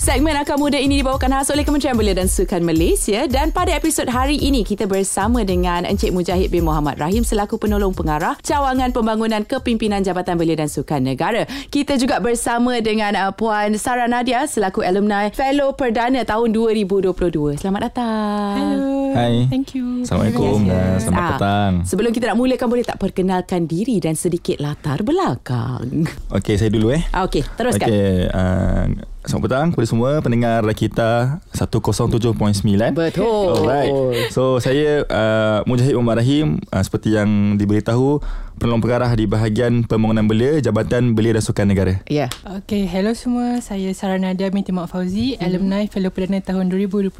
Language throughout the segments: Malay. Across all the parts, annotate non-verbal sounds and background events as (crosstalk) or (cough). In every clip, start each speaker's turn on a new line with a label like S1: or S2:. S1: Segmen Akar Muda ini dibawakan khas oleh Kementerian Belia dan Sukan Malaysia dan pada episod hari ini kita bersama dengan Encik Mujahid bin Muhammad Rahim selaku penolong pengarah Cawangan Pembangunan Kepimpinan Jabatan Belia dan Sukan Negara. Kita juga bersama dengan uh, Puan Sarah Nadia selaku alumni Fellow Perdana tahun 2022. Selamat datang.
S2: Hai.
S3: Thank you.
S2: Assalamualaikum
S3: Terima
S2: dan
S3: kasih.
S2: selamat
S1: Ah,
S2: petang.
S1: Sebelum kita nak mulakan boleh tak perkenalkan diri dan sedikit latar belakang.
S2: Okey, saya dulu eh.
S1: Ah, Okey, teruskan. Okay.
S2: Okey, uh, selamat petang kepada semua pendengar kita 107.9.
S1: Betul.
S2: Alright. So saya uh, Mujahid Umar Rahim uh, seperti yang diberitahu penolong pengarah di bahagian pembangunan belia Jabatan Belia dan Sukan Negara.
S1: Ya. Yeah.
S3: Okay, hello semua. Saya Sarah Nadia binti Mak Fauzi, alumni Fellow Perdana tahun 2022.
S1: Mm-hmm.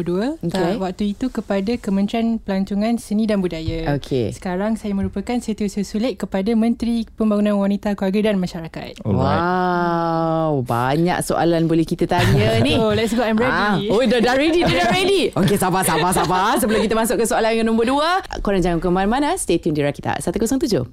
S1: Okay.
S3: Okay. Ah, Waktu itu kepada Kementerian Pelancongan Seni dan Budaya.
S1: Okey.
S3: Sekarang saya merupakan setiausaha sulit kepada Menteri Pembangunan Wanita, Keluarga dan Masyarakat.
S2: Alright.
S1: Wow, banyak soalan boleh kita tanya ni.
S3: So, Oh, let's go. I'm
S1: Eh. Ah,
S3: ready.
S1: oh, dah, dah ready, dah, dah ready. Okey, sabar, sabar, sabar. Sebelum kita masuk ke soalan yang nombor dua, korang jangan ke mana-mana. Stay tune di Rakita 107.9.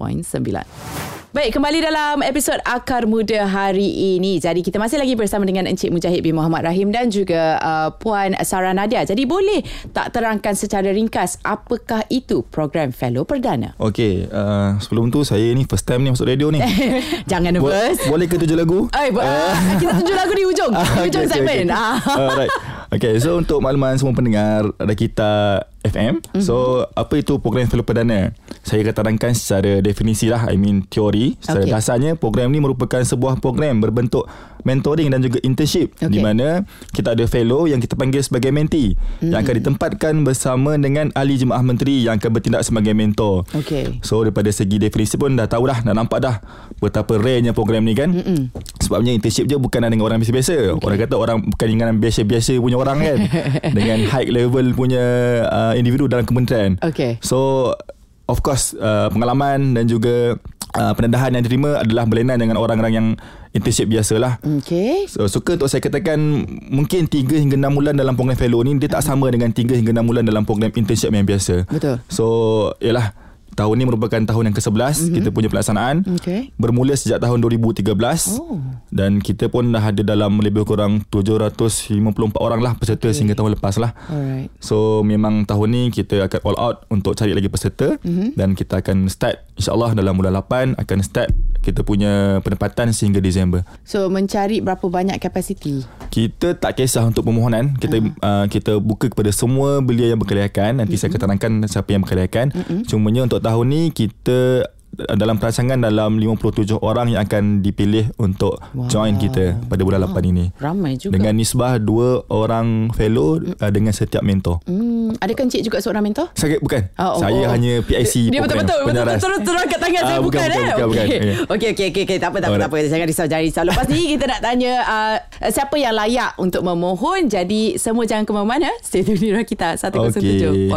S1: Baik, kembali dalam episod Akar Muda hari ini. Jadi, kita masih lagi bersama dengan Encik Mujahid bin Muhammad Rahim dan juga uh, Puan Sarah Nadia. Jadi, boleh tak terangkan secara ringkas apakah itu program Fellow Perdana? (laughs)
S2: Okey, uh, sebelum tu saya ni first time ni masuk radio ni.
S1: jangan
S2: Bo-
S1: nervous.
S2: boleh ke tujuh lagu?
S1: Eh, (laughs) bu- uh, kita tunjuk lagu di (laughs) ujung. Di
S2: (laughs) Ah,
S1: ujung
S2: okay, okay,
S1: segmen.
S2: okay.
S1: Ah. (laughs)
S2: Alright. Okay, so untuk makluman semua pendengar ada kita FM. Mm-hmm. So, apa itu program Fellow Perdana? Saya akan terangkan secara definisi lah, I mean teori. Secara
S1: Okay.
S2: okay. dasarnya, program ni merupakan sebuah program berbentuk mentoring dan juga internship
S1: Okay.
S2: okay. di mana kita ada fellow yang kita panggil sebagai mentee mm-hmm. yang akan ditempatkan bersama dengan ahli jemaah menteri yang akan bertindak sebagai mentor.
S1: Okey.
S2: So daripada segi definisi pun dah tahu dah Dah nampak dah Betapa rarenya program ni kan Mm-mm. Sebabnya internship je bukan dengan orang biasa-biasa okay. Orang kata orang bukan dengan biasa-biasa punya orang kan Dengan high level punya uh, individu dalam kementerian
S1: Okey.
S2: So of course uh, pengalaman dan juga uh, pendedahan yang diterima adalah berlainan dengan orang-orang yang internship biasalah
S1: Okey.
S2: So, suka untuk saya katakan mungkin 3 hingga 6 bulan dalam program fellow ni dia tak sama dengan 3 hingga 6 bulan dalam program internship yang biasa.
S1: Betul.
S2: So, yalah tahun ni merupakan tahun yang ke-11 mm-hmm. kita punya pelaksanaan.
S1: Okey.
S2: Bermula sejak tahun 2013 oh. dan kita pun dah ada dalam lebih kurang 754 orang lah peserta okay. sehingga tahun lepas lah.
S1: Alright.
S2: So memang tahun ni kita akan all out untuk cari lagi peserta mm-hmm. dan kita akan start insyaallah dalam bulan 8 akan start kita punya pendapatan sehingga Disember.
S1: So mencari berapa banyak kapasiti?
S2: Kita tak kisah untuk permohonan kita
S1: Hmm.
S2: uh. Uh, kita buka kepada semua belia yang berkelayakan nanti
S1: Hmm.
S2: saya akan terangkan siapa yang berkelayakan cumanya untuk tahun ni kita uh, dalam perancangan dalam 57 orang yang akan dipilih untuk
S1: Wow. Oh,
S2: wow. join kita pada bulan wow. 8 ini
S1: Ramai juga.
S2: dengan nisbah dua orang fellow uh, dengan setiap mentor
S1: hmm, adakah encik juga seorang mentor?
S2: saya bukan
S1: Ah, oh, oh.
S2: saya hanya PIC
S1: Dia
S2: program
S1: betul-betul betul,
S2: penyaras.
S1: terus terus kat tangan saya
S2: Ah,
S1: bukan,
S2: bukan,
S1: eh.
S2: bukan, bukan,
S1: Okey.
S2: bukan.
S1: Okey okey okey okay. tak apa tak apa, tak apa jangan risau jangan risau. Lepas ni kita nak tanya uh, siapa yang layak untuk memohon. Jadi semua jangan ke mana-mana. Stay tune di kita 107.9.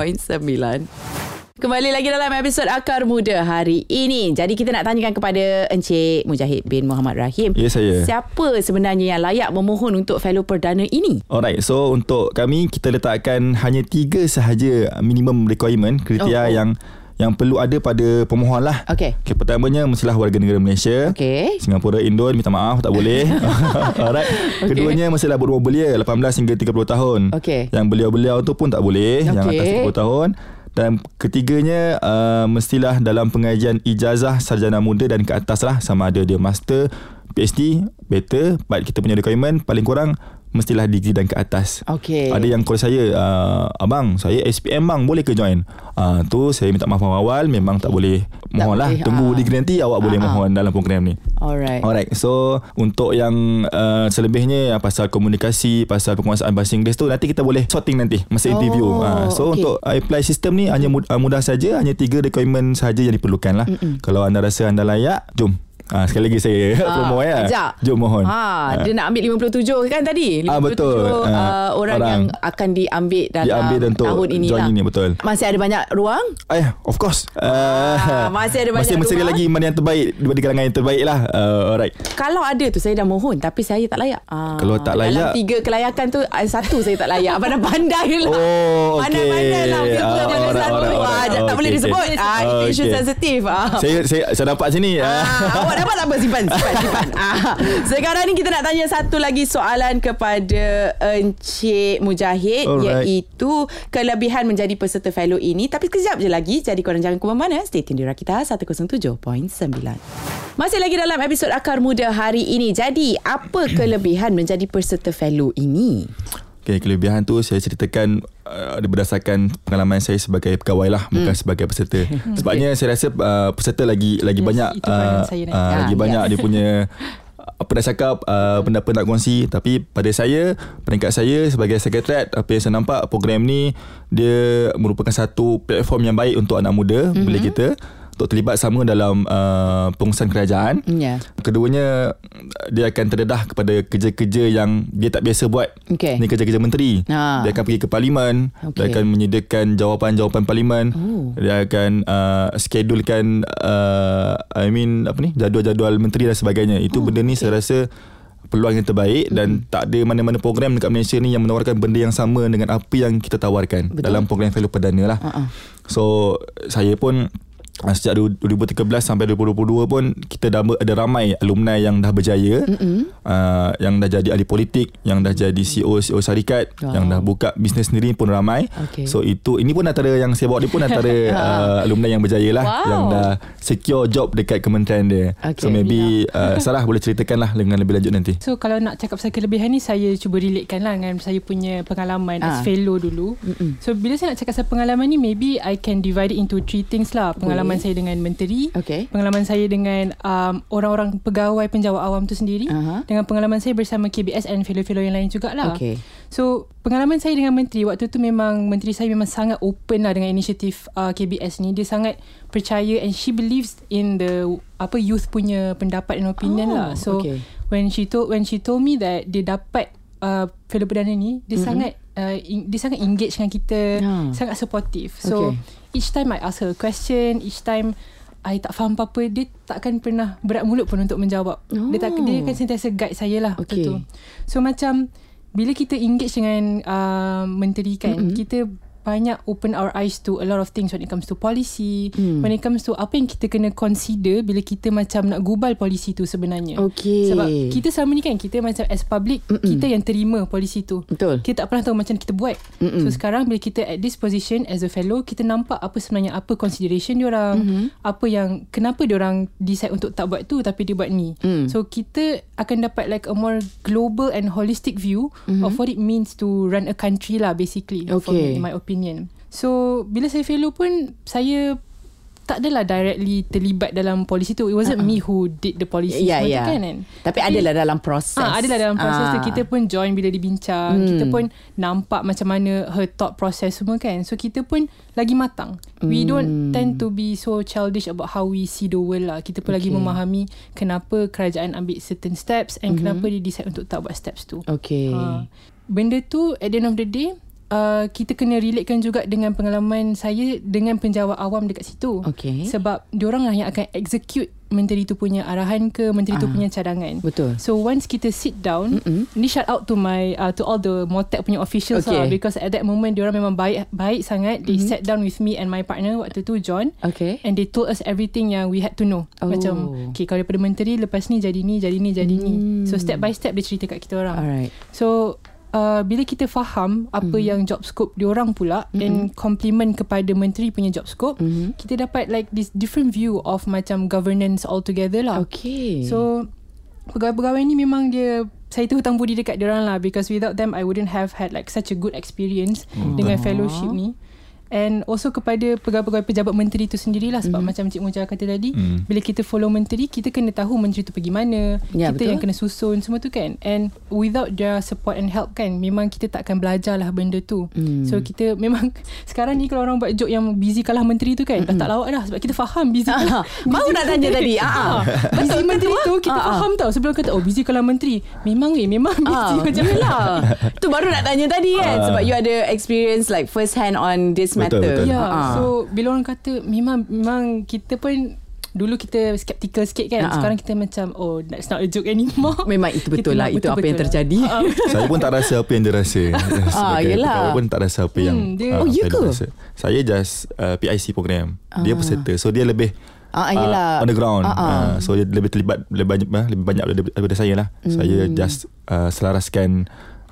S1: Kembali lagi dalam episod Akar Muda hari ini. Jadi kita nak tanyakan kepada Encik Mujahid bin Muhammad Rahim.
S2: Ya, saya.
S1: Siapa sebenarnya yang layak memohon untuk fellow perdana ini?
S2: Alright, so untuk kami kita letakkan hanya tiga sahaja minimum requirement
S1: Oh, oh.
S2: kriteria oh, oh. yang yang perlu ada pada pemohon lah.
S1: Okey.
S2: Okay, pertamanya mestilah warga negara Malaysia.
S1: Okey.
S2: Singapura, Indon minta maaf tak
S1: (laughs)
S2: boleh. (laughs) Alright.
S1: Okey.
S2: Keduanya lah mestilah berumur belia 18 hingga 30 tahun.
S1: Okey.
S2: Yang belia-belia tu pun tak boleh, yang
S1: Okey.
S2: atas 30 tahun. Dan ketiganya uh, mestilah dalam pengajian ijazah sarjana muda dan ke atas lah sama ada dia master, PhD, better but kita punya requirement paling kurang mestilah degree dan ke atas.
S1: Okey.
S2: Ada yang call saya uh, abang saya SPM bang boleh ke join? Ah uh, tu saya minta maaf awal memang tak boleh mohon lah
S1: boleh,
S2: tunggu
S1: ah.
S2: degree nanti awak boleh
S1: Ah, ah.
S2: mohon dalam program ni.
S1: Alright.
S2: Alright So Untuk yang uh, Selebihnya yang Pasal komunikasi Pasal penguasaan bahasa Inggeris tu Nanti kita boleh Sorting nanti Masa
S1: Oh,
S2: interview Ah, So
S1: okay.
S2: untuk apply system ni Hanya mudah, mudah saja Hanya tiga requirement saja Yang diperlukan lah Mm-mm. Kalau anda rasa anda layak Jom Ah, sekali lagi saya (laughs) promo ya.
S1: Sekejap.
S2: Jom mohon.
S1: Ha, dia nak ambil 57 kan tadi? 57
S2: Ah, betul.
S1: Uh,
S2: Ah,
S1: orang,
S2: orang.
S1: yang akan diambil dalam
S2: Diambil untuk
S1: tahun ini
S2: join
S1: lah.
S2: ini, betul.
S1: Masih ada banyak ruang?
S2: Eh, of course.
S1: Ah, masih ada banyak
S2: (laughs) Masih mesti ada
S1: rumah.
S2: lagi mana yang terbaik daripada kalangan yang terbaik lah. Uh, alright.
S1: Kalau ada tu saya dah mohon tapi saya tak layak. Ah,
S2: Kalau tak
S1: Dalam
S2: layak-
S1: tiga kelayakan tu ah, satu saya tak layak. (laughs) Pandai-pandai lah.
S2: Oh, okey.
S1: Pandai-pandai lah. Betul-betul
S2: Ah,
S1: jangan
S2: alright,
S1: satu.
S2: alright,
S1: Ah, tak
S2: alright. Okey,
S1: boleh
S2: okey.
S1: disebut. Ah,
S2: Ah,
S1: itu isu
S2: okey.
S1: sensitif. Ah.
S2: Saya saya saya dapat sini.
S1: Ah, awak dapat tak apa simpan simpan simpan. Ah, sekarang ni kita nak tanya satu lagi soalan kepada Encik Mujahid
S2: Alright.
S1: iaitu kelebihan menjadi peserta fellow ini tapi sekejap je lagi jadi korang jangan ke mana stay tune di Rakita 107.9. Masih lagi dalam episod Akar Muda hari ini. Jadi apa (clears throat) kelebihan menjadi peserta fellow ini?
S2: Okay, kelebihan tu saya ceritakan uh, berdasarkan pengalaman saya sebagai pegawai lah bukan
S3: Hmm.
S2: sebagai peserta.
S3: (laughs)
S2: Sebabnya saya rasa uh, peserta lagi lagi
S3: Yes,
S2: banyak
S3: itu pandangan saya Ya, nak-
S2: ah, lagi
S1: Ah,
S2: banyak dia punya
S3: (laughs)
S2: apa nak cakap uh, benda-benda nak kongsi tapi pada saya peringkat saya sebagai sekretariat apa yang saya nampak program ni dia merupakan satu platform yang baik untuk anak muda mm-hmm.
S3: Mhm.
S2: boleh kita untuk terlibat sama dalam uh, pengurusan kerajaan
S1: Ya.
S2: Keduanya dia akan terdedah kepada kerja-kerja yang dia tak biasa buat.
S1: Okey.
S2: Ni kerja-kerja menteri.
S1: Ah.
S2: Dia akan pergi ke parlimen, okay. dia
S1: Okey.
S2: akan menyediakan jawapan-jawapan parlimen, oh. dia akan uh, schedulekan uh, I mean apa ni jadual-jadual menteri dan sebagainya. Itu oh, benda ni okay. saya rasa peluang yang terbaik dan tak ada mana-mana program dekat Malaysia ni yang menawarkan benda yang sama dengan apa yang kita tawarkan
S1: Betul.
S2: dalam program fellow perdana lah.
S1: Uh-uh.
S2: So saya pun ah, sejak du- 2013 sampai 2022 pun kita dah ber- ada ramai alumni yang dah berjaya uh, yang dah jadi ahli politik yang dah jadi E CEO CEO syarikat
S1: Wow.
S2: yang dah buka bisnes sendiri pun ramai
S1: Okay.
S2: so itu ini pun antara yang saya bawa ni pun
S1: (laughs)
S2: antara uh, alumni yang berjaya lah
S1: Wow.
S2: yang dah secure job dekat kementerian dia
S1: Okay.
S2: so maybe uh, Sarah boleh ceritakan lah dengan lebih lanjut
S1: (laughs)
S2: nanti
S3: So kalau nak cakap pasal kelebihan ni Saya cuba relatekan lah Dengan saya punya pengalaman
S1: Ah.
S3: As fellow dulu
S1: Mm-mm.
S3: So bila saya nak cakap pasal pengalaman ni Maybe I can divide it into three things lah Pengalaman
S1: Boleh.
S3: saya dengan menteri
S1: Okey.
S3: Pengalaman saya dengan um, Orang-orang pegawai penjawat awam tu sendiri
S1: Aha.
S3: Dengan pengalaman saya bersama KBS And fellow-fellow yang lain jugalah
S1: Okey.
S3: So pengalaman saya dengan menteri Waktu tu memang Menteri saya memang sangat open lah Dengan inisiatif uh, KBS ni Dia sangat percaya And she believes in the Apa youth punya pendapat and opinion
S1: Oh,
S3: lah So
S1: okay.
S3: when she told when she told me that dia dapat uh, filem perdana ni dia mm-hmm. Ya. sangat uh, in, dia sangat engage dengan kita
S1: Ah.
S3: yeah. sangat supportive so
S1: Okay.
S3: each time I ask her a question each time I tak faham apa-apa dia takkan pernah berat mulut pun untuk menjawab oh. dia tak dia akan sentiasa guide saya lah waktu
S1: Okay.
S3: tu so macam bila kita engage dengan uh, menteri kan mm-hmm. kita banyak open our eyes to a lot of things when it comes to policy mm. when it comes to apa yang kita kena consider bila kita macam nak gubal policy tu sebenarnya
S1: Okey.
S3: sebab kita selama ni kan kita macam as public Mm-mm. kita yang terima polisi tu.
S1: Betul.
S3: Kita tak pernah tahu macam kita buat. Mm-mm. So sekarang bila kita at this position as a fellow kita nampak apa sebenarnya apa consideration diorang, mm-hmm. apa yang kenapa diorang decide untuk tak buat tu tapi dia buat ni. Mm. So kita akan dapat like a more global and holistic view mm-hmm. of what it means to run a country lah basically for
S1: Okay.
S3: me, in my opinion. So bila saya fellow pun saya tak adalah directly terlibat dalam polisi tu. It wasn't uh-uh. me who did the policy
S1: Ya,
S3: semua
S1: ya.
S3: tu kan. kan?
S1: Tapi adalah dalam proses.
S3: Ah, adalah dalam proses tu kita pun join bila dibincang. Hmm. Kita pun nampak macam mana her thought process semua kan. So kita pun lagi matang. Hmm. We don't tend to be so childish about how we see the world lah. Kita pun okay. lagi memahami kenapa kerajaan ambil certain steps and mm-hmm. kenapa dia decide untuk tak buat steps tu.
S1: Okay.
S3: Ha. Benda tu at the end of the day Uh, kita kena relatekan juga dengan pengalaman saya dengan penjawat awam dekat situ.
S1: Okey.
S3: Sebab diorang lah yang akan execute menteri tu punya arahan ke menteri tu
S1: Ah,
S3: punya cadangan.
S1: betul.
S3: So once kita sit down, Mm-mm. ni shout out to my uh, to all the Motec punya officials
S1: Okay.
S3: okay. Mm-hmm. lah because at that moment diorang memang baik baik sangat. They sat down with me and my partner waktu tu John.
S1: Okay.
S3: And they told us everything yang we had to know.
S1: Oh.
S3: Oh. Macam, okay, kalau daripada menteri, lepas ni jadi ni, jadi ni, jadi hmm. ni. So, step by step dia cerita kat kita orang.
S1: Alright.
S3: So, uh, bila kita faham apa yang job scope diorang pula mm-hmm. and complement kepada menteri punya job scope, mm-hmm. kita dapat like this different view of macam governance altogether lah.
S1: Okay.
S3: So pegawai-pegawai ni memang dia saya tu hutang budi dekat diorang lah because without them I wouldn't have had like such a good experience
S1: Hmm.
S3: dengan fellowship ni. And also kepada pegawai-pegawai pejabat menteri tu sendirilah sebab
S1: Hmm.
S3: mm-hmm. macam Cik Mujah kata tadi
S2: Mm.
S3: bila kita follow menteri kita kena tahu menteri tu pergi mana
S1: Ya, betul.
S3: kita yang kena susun semua tu kan and without their support and help kan memang kita takkan belajar lah benda tu
S1: Hmm.
S3: mm. so kita memang (laughs) sekarang ni kalau orang buat joke yang busy kalah menteri tu kan mm-hmm. dah tak lawak dah sebab kita faham busy kalah
S1: Hmm. Ah, baru nak tanya
S3: (laughs)
S1: tadi. Ah, ah.
S3: Busy menteri tu Kita
S1: Ah, ah.
S3: faham tau Sebelum kata Oh busy kalau menteri Memang weh Memang (laughs) busy
S1: Ah,
S3: Macam
S1: betul lah. (laughs) tu baru nak tanya tadi kan sebab you ada experience like first hand on this
S2: Ah. Betul,
S1: matter.
S2: betul.
S3: Ya yeah,
S1: Ah.
S3: So bila orang kata Memang memang kita pun Dulu kita skeptical sikit kan
S1: Ah, ah.
S3: Sekarang kita macam Oh that's not a joke anymore
S1: (laughs) Memang itu betul
S3: Kita
S1: lah
S3: memang
S1: itu apa yang
S3: betul-betul
S1: terjadi. (laughs)
S3: lah. Ah,
S2: saya pun tak rasa apa yang dia rasa. Sebagai
S1: Ah, yelah.
S2: pegawai pun tak rasa apa yang
S3: Hmm, dia-
S2: ah,
S1: Oh,
S2: apa
S1: you
S2: yang dia
S1: ke?
S2: Saya just uh, PIC program. Dia peserta. So dia lebih
S1: Ah, yelah.
S2: on the ground.
S1: Ah, ah.
S2: Uh, so dia lebih terlibat lebih banyak ah, lebih banyak daripada, daripada saya lah. Mm. Saya
S1: Hmm.
S2: just uh, selaraskan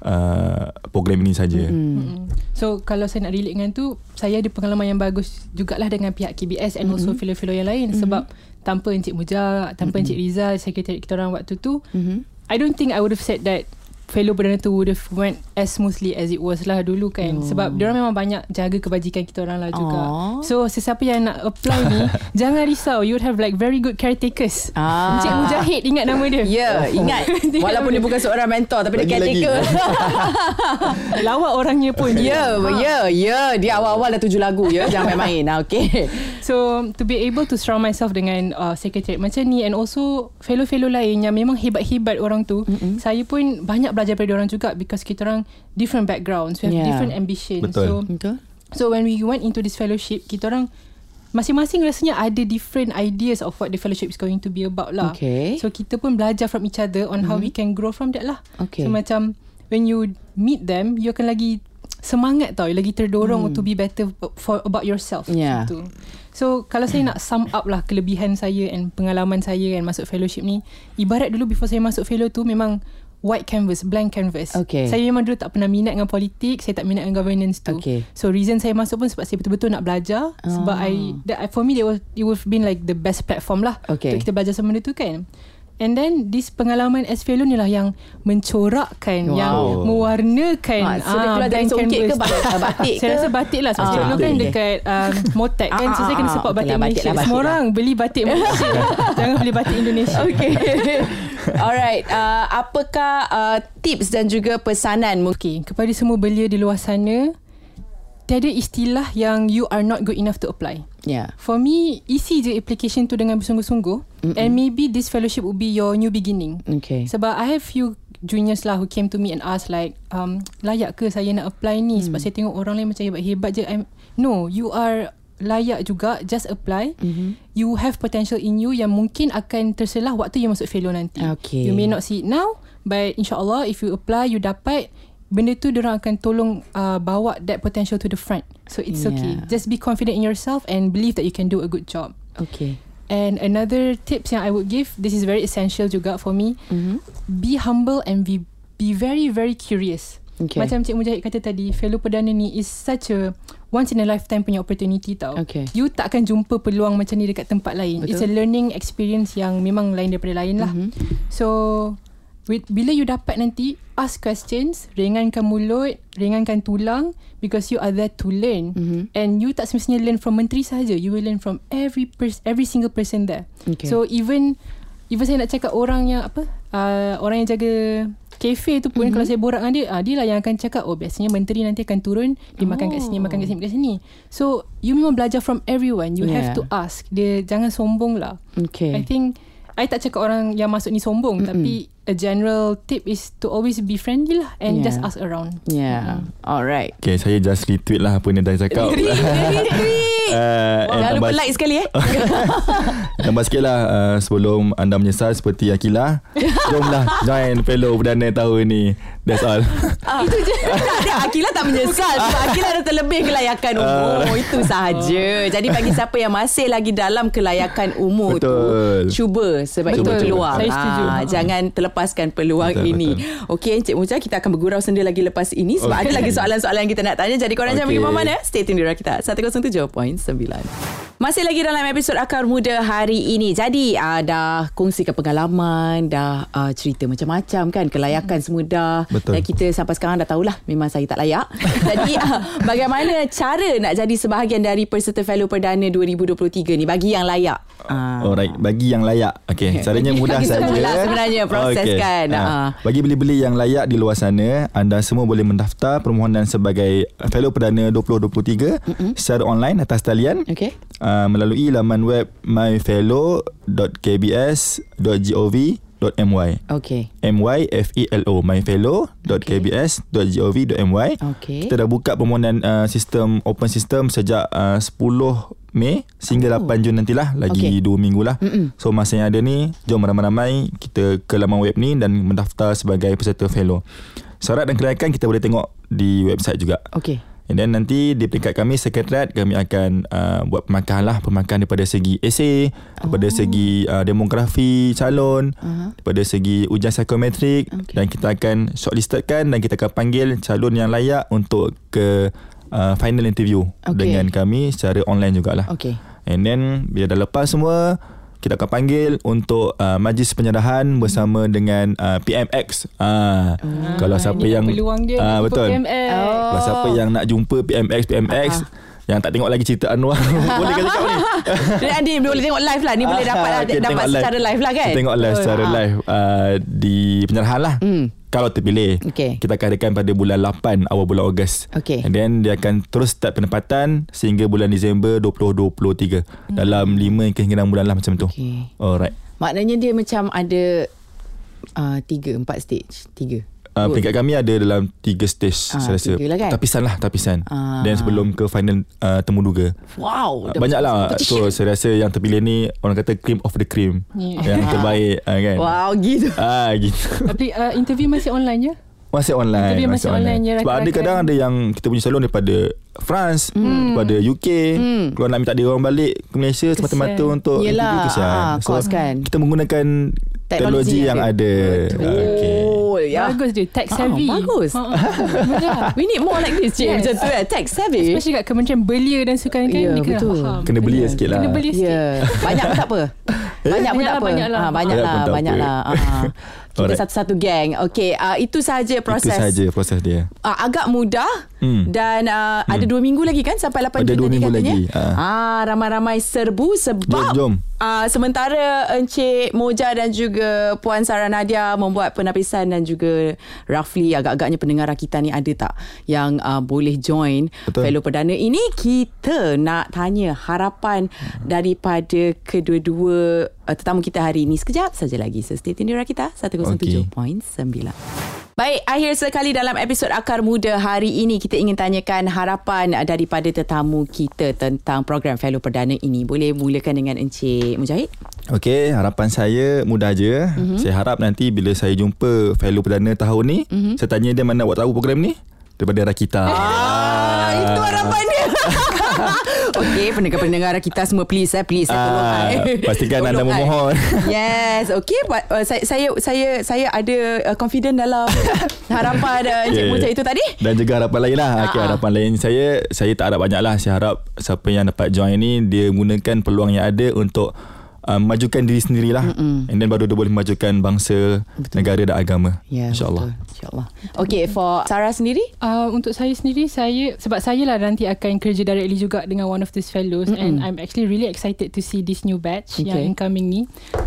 S2: uh, program ini saja.
S1: Hmm.
S2: Mm.
S3: Mm. So kalau saya nak relate dengan tu Saya ada pengalaman yang bagus jugalah Dengan pihak KBS And mm-hmm. also fellow-fellow yang lain mm-hmm. Sebab tanpa Encik Muja Tanpa mm-hmm. Encik Riza Sekretariat kita orang waktu tu
S1: Mhm.
S3: mm-hmm. I don't think I would have said that Fellow Perdana tu would have went as smoothly as it was lah dulu kan oh. Sebab diorang memang banyak jaga kebajikan kita orang lah juga
S1: Hmm. Aw.
S3: So sesiapa yang nak apply
S1: (laughs)
S3: ni Jangan risau You would have like very good caretakers
S1: Ah.
S3: Encik Mujahid ingat nama
S1: Ya,
S3: dia (laughs)
S1: yeah,
S3: Oh.
S1: ingat. Walaupun dia bukan seorang mentor tapi dia
S2: Lagi-lagi.
S1: caretaker.
S2: (laughs)
S3: Lawak orangnya pun
S1: (laughs)
S3: Ah.
S1: Ya, ya, ya. Dia awal-awal dah tujuh lagu ya. Jangan main-main. Ah, Okey.
S3: So to be able to surround myself dengan uh, secretariat macam ni and also fellow-fellow lain yang memang hebat-hebat orang tu, mm-hmm. saya pun banyak belajar daripada orang juga because kita orang different backgrounds, we have
S1: Yeah.
S3: yeah. different ambition.
S2: Betul.
S3: So
S1: Betul.
S3: so when we went into this fellowship, kita orang masing-masing rasanya ada different ideas of what the fellowship is going to be about lah.
S1: Okay.
S3: So kita pun belajar from each other on mm-hmm. how we can grow from that lah.
S1: Okay.
S3: So macam when you meet them, you akan lagi semangat tau, you lagi terdorong mm. to be better for about yourself.
S1: Hmm. Yeah.
S3: Macam tu. So kalau saya nak sum up lah kelebihan saya and pengalaman saya and masuk fellowship ni, ibarat dulu before saya masuk fellow tu memang white canvas, blank canvas.
S1: Okay.
S3: Saya memang dulu tak pernah minat dengan politik, saya tak minat dengan governance tu.
S1: Okay. Ah.
S3: So reason saya masuk pun sebab saya betul-betul nak belajar oh. sebab I that, for me it was it would have been like the best platform lah
S1: Okay.
S3: untuk kita belajar sama benda tu kan. And then this pengalaman as fellow ni lah yang mencorakkan,
S1: Wow.
S3: yang mewarnakan.
S1: Ah, so dia keluar dari
S3: blank
S1: songkit ke
S3: canvas
S1: bat-
S3: tu.
S1: batik
S3: Saya
S1: ke?
S3: rasa batik lah. Sebab
S1: Ah.
S3: saya dulu kan
S2: Batik.
S3: dekat um, Motek kan. So
S1: Ah,
S3: saya
S1: ah,
S3: kena
S1: ah.
S3: support
S1: Okey lah,
S3: batik
S1: batik
S3: Malaysia.
S1: lah, batik
S3: Semua
S1: lah.
S3: orang beli batik
S1: (laughs)
S3: Malaysia. Jangan beli batik Indonesia. (laughs)
S1: Okay. Alright. Uh, apakah uh, tips dan juga pesanan mungkin?
S3: Okay, kepada semua belia di luar sana, tiada istilah yang you are not good enough to apply.
S1: Ya. Yeah.
S3: For me, isi je application tu dengan bersungguh-sungguh Mm-mm. and maybe this fellowship would be your new beginning.
S1: Okay.
S3: Sebab I have few juniors lah who came to me and ask like, um, layak ke saya nak apply ni? Sebab saya tengok orang lain macam hebat-hebat je. I'm, no, you are layak juga. Just apply. Mm-hmm. You have potential in you yang mungkin akan terselah waktu you masuk fellow nanti.
S1: Okay.
S3: You may not see it now, but insyaAllah if you apply, you dapat benda tu diorang akan tolong uh, bawa that potential to the front. So it's
S1: Yeah.
S3: yeah. okay. Just be confident in yourself and believe that you can do a good job.
S1: Okay.
S3: And another tips yang I would give, this is very essential juga for me.
S1: Mhm.
S3: Mm-hmm. Be humble and be be very very curious.
S1: Okay.
S3: Macam Cik Mujahid kata tadi, fellow perdana ni is such a once in a lifetime punya opportunity tau.
S1: Okay.
S3: You tak akan jumpa peluang macam ni dekat tempat lain.
S1: Betul. Mhm.
S3: It's a learning experience yang memang lain daripada lain lah. Mm-hmm. So, with, bila you dapat nanti, ask questions, ringankan mulut, ringankan tulang because you are there to
S1: Mm.
S3: learn. Mm-hmm. And you tak semestinya learn from menteri saja. You will learn from every pers- every single person there.
S1: Okay.
S3: So, even even saya nak cakap orang yang apa uh, orang yang jaga kafe
S1: Mhm.
S3: tu pun mm-hmm. kalau saya borak dengan dia uh, dia lah yang akan cakap oh biasanya menteri nanti akan turun dia oh. makan kat sini makan kat sini makan kat sini so you memang belajar from everyone you yeah. have
S1: Yeah.
S3: to ask dia jangan sombong lah I
S1: Okay.
S3: think I tak cakap orang yang masuk ni sombong mm-hmm. tapi a general tip is to always be friendly lah
S1: Yeah.
S3: and yeah. just ask around
S1: Yeah. Alright.
S2: Okay, saya just retweet lah apa yang dah cakap. (laughs) Uh, and
S1: Jangan Eh, lupa
S2: tambah-
S1: like sekali eh.
S2: (laughs) Tambah sikit lah uh, Sebelum anda menyesal Seperti Akila
S1: (laughs)
S2: Jomlah join fellow perdana tahun ni That's all Ah.
S1: Itu
S2: (laughs)
S1: je. Tak ada. Akila tak menyesal sebab Akila dah terlebih kelayakan
S2: Ah.
S1: umur. Oh, Itu sahaja. Jadi bagi siapa yang masih lagi dalam kelayakan umur
S2: Betul.
S1: tu, cuba sebab
S2: Betul.
S1: itu peluang.
S3: Saya setuju.
S1: Ah, jangan terlepaskan peluang
S2: Betul,
S1: ini.
S2: betul.
S1: Okey Encik Muja kita akan bergurau sendiri lagi lepas ini sebab
S2: Okey.
S1: ada lagi soalan-soalan yang kita nak tanya. Jadi korang jangan
S2: Okey.
S1: pergi mana-mana. Stay tune di Rakita 107.9. Masih lagi dalam episod Akar Muda hari ini. Jadi uh, dah kongsikan pengalaman, dah uh, cerita macam-macam kan kelayakan semua dah.
S2: Betul.
S1: Dan kita sampai sekarang dah tahulah memang saya tak
S3: (laughs)
S1: layak. Jadi uh, bagaimana cara nak jadi sebahagian dari Peserta Fellow Perdana 2023 ni bagi yang layak? Uh,
S2: Alright Bagi yang layak Okay Caranya
S1: Bagi-
S2: mudah
S1: bagi
S2: saja
S1: semula sebenarnya proses kan.
S2: Ah.
S1: Ah.
S2: Bagi beli-beli yang layak di luar sana Anda semua boleh mendaftar Permohonan sebagai Fellow Perdana 2023 Secara online Atas talian
S1: Okey.
S2: uh, Melalui laman web myfellow.kbs.gov.my
S1: Okey.
S2: myfello myfellow.kbs.gov.my
S1: Okey.
S2: Kita dah buka permohonan uh, sistem open system sejak uh, 10 Mei sehingga oh. 8 Jun nantilah
S1: Okey.
S2: lagi okay. 2 minggu lah. Mm-mm. So masa yang ada ni jom ramai-ramai kita ke laman web ni dan mendaftar sebagai peserta fellow. Syarat dan kelayakan kita boleh tengok di website juga.
S1: Okey.
S2: And then nanti di peringkat kami sekretariat kami akan uh, buat pemakan lah pemakan daripada segi esei, daripada segi uh, demografi calon, uh-huh. daripada segi ujian psikometrik okay. dan kita akan shortlistedkan dan kita akan panggil calon yang layak untuk ke uh, final interview
S1: Okay.
S2: dengan kami secara online jugalah.
S1: Okay.
S2: And then bila dah lepas semua kita akan panggil untuk uh, majlis penyerahan bersama dengan uh, PMX. Uh, oh. Kalau siapa
S3: Ah, Ini
S2: yang
S3: peluang dia
S2: Ah,
S3: nak jumpa
S2: betul.
S3: PMX.
S1: Oh.
S2: Kalau Lah, siapa yang nak jumpa PMX PMX
S1: Ah,
S2: yang tak tengok lagi cerita Anwar (laughs) boleh ke cakap ni?
S1: Dia ni boleh tengok live lah. Ni (laughs) boleh dapat lah,
S2: Okay,
S1: dapat
S2: Ah, tengok
S1: secara live lah kan.
S2: Kita tengok live
S1: Betul.
S2: secara
S1: Ah.
S2: live uh, di penyerahan lah.
S1: Hmm.
S2: Kalau terpilih
S1: Okay.
S2: Kita akan adakan pada bulan 8 Awal bulan Ogos
S1: Okay.
S2: And then dia akan terus start penempatan Sehingga bulan Disember 2023 Dalam 5 hingga 6 bulan lah macam tu
S1: Hmm. Okay.
S2: Alright
S1: Maknanya dia macam ada uh, tiga, empat stage. Tiga.
S2: Uh, peringkat kami ada dalam tiga stage
S1: Ah,
S2: saya rasa.
S1: tiga lah kan?
S2: Tapisan lah, tapisan.
S1: Ah.
S2: Dan sebelum ke final uh, temu duga.
S1: Wow. dah
S2: Banyak lah
S1: competition.
S2: So saya rasa yang terpilih ni Orang kata cream of the cream
S3: Yeah.
S2: Yang terbaik ah, kan
S1: Wow, gitu.
S2: Ah gitu (laughs)
S3: Tapi uh, interview masih online ya?
S2: Masih online
S3: Interview masih online je,
S2: Sebab ada
S3: rakan-rakan.
S2: kadang ada yang Kita punya salon daripada France Daripada UK Kalau nak minta dia orang balik Ke Malaysia Semata-mata
S3: Kesian.
S2: untuk
S1: Yelah,
S2: interview kesian.
S1: ah, cost kan.
S2: Kita menggunakan Teknologi yang ada, Ah, okay.
S1: Oh,
S3: Yeah.
S1: ya.
S3: Bagus dia, tech
S1: Ah,
S3: savvy.
S1: bagus.
S3: Ha, ha, Betul. lah.
S1: We need more like this, cik.
S3: Yes.
S1: Macam tu eh. Tech savvy.
S3: Especially kat Kementerian Belia dan Sukan kan
S1: Ya,
S3: dia kena
S1: betul.
S3: faham.
S2: Kena belia sikit lah
S3: Kena belia sikit.
S1: Ya, banyak pun tak apa. Banyak pun tak apa.
S3: Banyak lah,
S1: Ah, banyak
S2: banyak
S1: lah,
S2: lah.
S1: banyak lah. Ah, (laughs) Kita
S2: Alright.
S1: satu-satu geng. Okey, ah, itu saja
S2: Itu
S1: proses.
S2: saja proses dia
S1: uh, agak mudah
S2: Hmm.
S1: dan uh, ada dua minggu lagi kan sampai 8
S2: Ada
S1: Jun
S2: dua
S1: tadi
S2: minggu
S1: katanya.
S2: lagi, ah.
S1: Ah ramai-ramai serbu sebab
S2: Jom, jom.
S1: Uh, sementara Encik Moja dan juga Puan Sarah Nadia membuat penapisan dan juga Rafli agak-agaknya pendengar kita ni ada tak yang uh, boleh join
S2: Betul.
S1: fellow perdana ini kita nak tanya harapan
S2: Hmm.
S1: daripada kedua-dua uh, tetamu kita hari ini sekejap saja lagi so stay tune di Rakita 107.9 Baik, akhir sekali dalam episod Akar Muda hari ini kita ingin tanyakan harapan uh, daripada tetamu kita tentang program Fellow Perdana ini. Boleh mulakan dengan Encik Mujahid?
S2: Okey, harapan saya mudah je.
S1: Mhm.
S2: Mm-hmm. Saya harap nanti bila saya jumpa fellow perdana tahun ni,
S1: Mhm.
S2: mm-hmm. saya tanya dia mana awak tahu program ni? Daripada Rakita.
S1: (laughs) Ah, itu harapan dia. (laughs) Okey, pendengar-pendengar kita semua please eh, please eh, tolong
S2: Ah,
S1: eh.
S2: pastikan
S1: Tolong,
S2: anda
S1: eh.
S2: memohon.
S1: (laughs) Yes, okey. But, uh, saya saya saya saya ada uh, confident dalam harapan uh, Encik
S2: Okey.
S1: Mujahid itu tadi.
S2: Dan juga harapan lain lah okay,
S1: Ah, ah.
S2: Harapan lain saya Saya tak harap banyak lah Saya harap Siapa yang dapat join ni Dia gunakan peluang yang ada Untuk uh, Majukan diri sendirilah Mm-mm. And then baru dia boleh Majukan bangsa Betul. Negara dan agama
S1: Ya,
S2: InsyaAllah
S1: betul. InsyaAllah. Okey, for Sarah sendiri?
S3: Uh, untuk saya sendiri saya sebab saya lah nanti akan kerja directly juga dengan one of these fellows mm-hmm. and I'm actually really excited to see this new batch okay. yang
S1: Okay.
S3: incoming ni.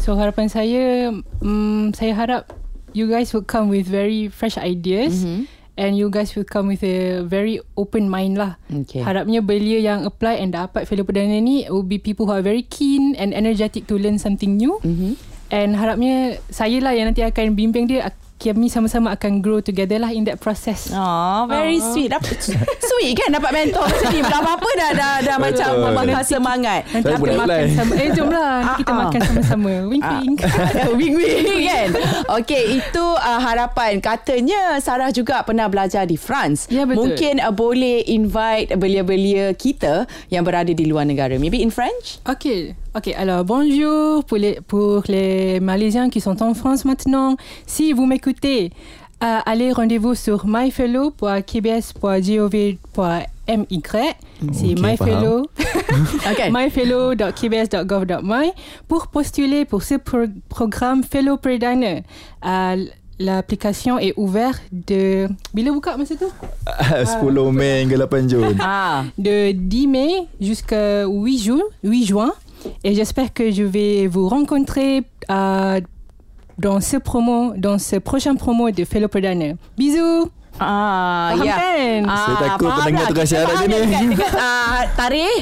S3: So harapan saya um, saya harap you guys will come with very fresh ideas mm-hmm. and you guys will come with a very open mind lah.
S1: Okay.
S3: Harapnya belia yang apply and dapat fellow perdana ni will be people who are very keen and energetic to learn something new. Mm-hmm. And harapnya saya lah yang nanti akan bimbing dia kami sama-sama akan grow together lah in that process.
S1: Oh, very uh sweet. Dapat, sweet kan dapat mentor macam ni. Dah apa-apa dah, dah, dah macam
S2: Betul.
S1: membakar semangat.
S3: Nanti kita
S2: Saya boleh
S3: makan
S2: apply.
S3: sama Eh jom lah Nanti kita
S1: Ah, ah.
S3: makan
S1: (laughs)
S3: sama-sama Wink
S1: Ah.
S2: (laughs)
S3: wink
S1: Wing-wing kan Okay itu uh, harapan Katanya Sarah juga pernah belajar di France
S3: Ya, betul.
S1: Mungkin uh, boleh invite belia-belia kita Yang berada di luar negara Maybe in
S3: (laughs)
S1: French
S3: Ok, ok. Alors bonjour pour les, pour les Malaisiens qui sont en France maintenant. Si vous m'écoutez, euh, allez rendez-vous sur myfellow.kbs.gov.my. C'est
S2: Ok,
S3: myfellow. (laughs)
S1: Okay.
S3: myfellow.kbs.gov.my pour postuler pour ce pro- programme Fellow Perdana. Euh, L'application est ouverte de. Bila buka masa tu?
S2: (laughs) 10 Mei hingga 8 Jun
S1: (laughs) Ah,
S3: de 10 mai jusqu'à 8 juin. 8 juin. Et j'espère que je vais vous rencontrer euh, dans ce promo, dans ce prochain promo de Fellow Perdana. Bisous.
S1: ah,
S3: Faham
S1: ya.
S3: kan?
S1: Ah,
S2: Saya takut
S1: faham
S2: pendengar
S1: lah.
S2: tukar
S1: Kita
S2: syarat
S1: faham
S2: sini.
S1: Dekat, dekat ah, tarikh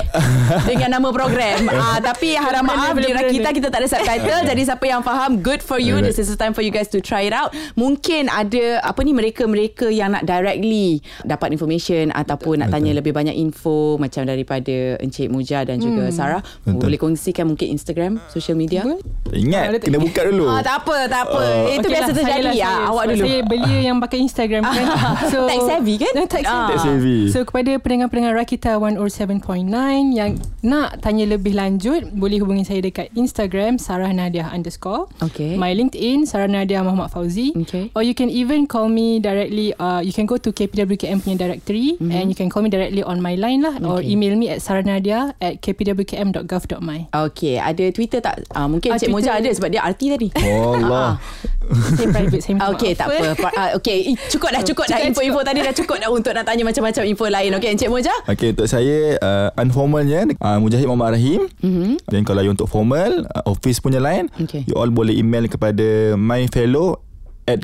S1: dengan nama program.
S2: (laughs)
S1: Ah, tapi harap
S3: Benar,
S1: maaf di kita
S3: benar, benar.
S1: kita tak ada subtitle. jadi siapa yang faham, good for you. This is the time for you guys to try it out. Mungkin ada apa ni mereka-mereka yang nak directly dapat information ataupun nak tanya lebih banyak info macam daripada Encik Muja dan juga
S3: Hmm.
S1: Sarah.
S2: Betul.
S1: Boleh kongsikan mungkin Instagram, social media.
S2: (laughs) Ingat
S3: Ah, dia tak
S2: Kena buka dulu
S1: Ah, tak apa, tak apa.
S2: Oh.
S1: Itu
S3: Okey
S1: biasa
S3: lah, saya
S1: terjadi.
S3: lah,
S1: Ah,
S3: saya.
S1: awak
S3: Sebab
S1: dulu. (laughs)
S3: Saya belia yang pakai Instagram kan. So,
S1: Tech savvy kan?
S3: No, tech savvy.
S2: Tech savvy.
S3: So kepada pendengar-pendengar Rakita 107.9 yang nak tanya lebih lanjut, boleh hubungi saya dekat Instagram Sarah Nadia underscore.
S1: Okay.
S3: My LinkedIn Sarah Nadia Muhammad Fauzi.
S1: Okay.
S3: Or you can even call me directly. Uh, you can go to KPWKM punya directory mm-hmm. and you can call me directly on my line lah okay. or
S1: Okay.
S3: email me at sarahnadia at kpwkm.gov.my.
S1: Okey, ada Twitter tak? Ah, mungkin
S3: Ah,
S1: Cik
S3: Twitter.
S1: Moja ada sebab dia RT tadi.
S2: Oh
S1: (laughs)
S2: Allah.
S3: Saya private, saya minta
S1: Ah, Okey,
S3: maaf.
S1: tak apa. Pa- ah, Okey, eh, cukup dah, cukup dah.
S3: Cukup,
S1: Info-info tadi dah cukup dah untuk nak tanya macam-macam info lain. Okey, Encik Moja?
S2: Okay, untuk saya uh, unformalnya uh, Mujahid Muhammad Rahim.
S1: Mhm.
S2: Mm-hmm. Dan kalau you untuk formal, uh, office punya line,
S1: Okay.
S2: you all boleh email kepada myfellow at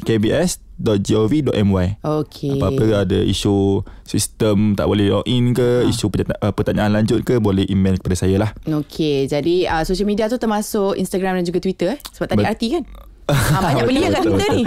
S2: kbs.gov.my.
S1: Okey.
S2: Apa-apa lah. ada isu sistem tak boleh login
S1: Ah.
S2: ke, isu pertanya- uh, pertanyaan lanjut ke, boleh email kepada saya lah.
S1: Okey, jadi uh, social media tu termasuk Instagram dan juga Twitter eh? Sebab tadi
S2: Bet-
S1: RT
S2: (laughs)
S1: kan? Ah, banyak belia kat
S2: Betul,
S1: Twitter ni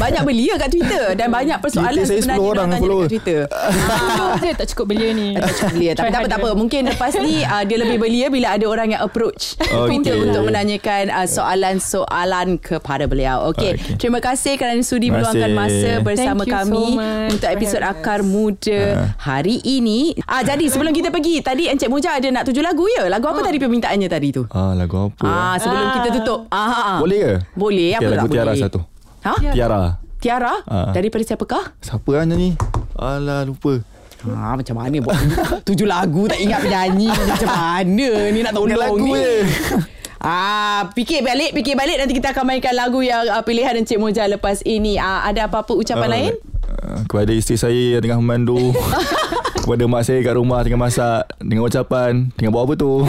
S1: Banyak belia kat Twitter Dan banyak persoalan
S2: Twitter saya
S1: sebenarnya
S2: 10 orang
S1: nak tanya
S2: follower.
S1: dekat Twitter
S2: (laughs)
S3: Cukup je Ah, tak cukup belia ni.
S1: Tak
S3: (laughs)
S1: cukup belia Tapi
S3: Try
S1: tak apa, tak apa
S3: harder.
S1: Mungkin lepas ni uh, Dia lebih belia Bila ada orang yang approach
S2: Okey.
S1: Twitter untuk menanyakan uh, Soalan-soalan kepada beliau Okey okay.
S2: Okey.
S1: Terima kasih kerana sudi
S2: Terima
S1: meluangkan masa
S2: kasih.
S1: Bersama
S3: Thank you so
S1: kami
S3: much
S1: Untuk
S3: for
S1: episod
S3: having us.
S1: Akar
S2: Ha.
S1: Muda Hari ini ah, Jadi sebelum kita pergi Tadi Encik Moja ada nak tujuh lagu ya Lagu apa tadi permintaannya tadi tu?
S2: Ah, lagu apa?
S1: Ah, sebelum
S3: Oh. Ah.
S1: kita tutup. Ah.
S2: Boleh ke?
S1: Boleh, apa
S2: okay,
S1: tak
S2: lagu Tiara
S1: boleh?
S2: satu.
S1: Ha?
S3: Ya.
S2: Tiara.
S1: Tiara?
S2: Ah.
S1: Daripada siapakah?
S2: Siapa kan ni? Alah, lupa.
S1: Ha, macam mana buat (laughs) tujuh lagu tak ingat
S2: (laughs)
S1: penyanyi macam mana ni nak tolong
S2: Ingat lagu
S1: ni.
S2: je.
S1: (laughs) Ah, fikir balik, fikir balik nanti kita akan mainkan lagu yang uh, pilihan Encik Moja lepas ini. Ah, ada apa-apa ucapan lain?
S2: Uh, kepada isteri saya yang tengah
S1: (laughs)
S2: memandu. kepada mak saya kat rumah tengah masak. Dengan ucapan, tengah buat apa tu?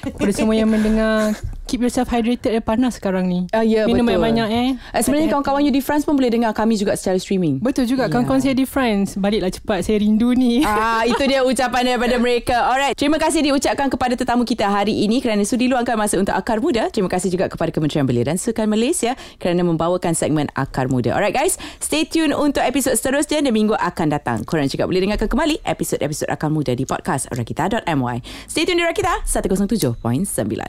S3: Kepada semua yang mendengar Keep yourself hydrated eh, Panas sekarang ni
S1: Ah, ya,
S3: Minum
S1: betul.
S3: banyak-banyak eh
S1: Ah, sebenarnya kawan-kawan you di France pun boleh dengar kami juga secara streaming.
S3: Betul juga yeah. Kawan-kawan saya di France Baliklah cepat Saya rindu ni
S1: Ya. Ah, itu dia ucapan daripada mereka. Alright, terima kasih diucapkan kepada tetamu kita hari ini kerana sudi luangkan masa untuk Akar Muda. Terima kasih juga kepada Kementerian Belia dan Sukan Malaysia kerana membawakan segmen Akar Muda. Alright guys, stay tune untuk episod seterusnya dan minggu akan datang. Korang juga boleh dengarkan kembali episod-episod Akar Muda di podcast rakita.my. Stay tune di Rakita 107.9.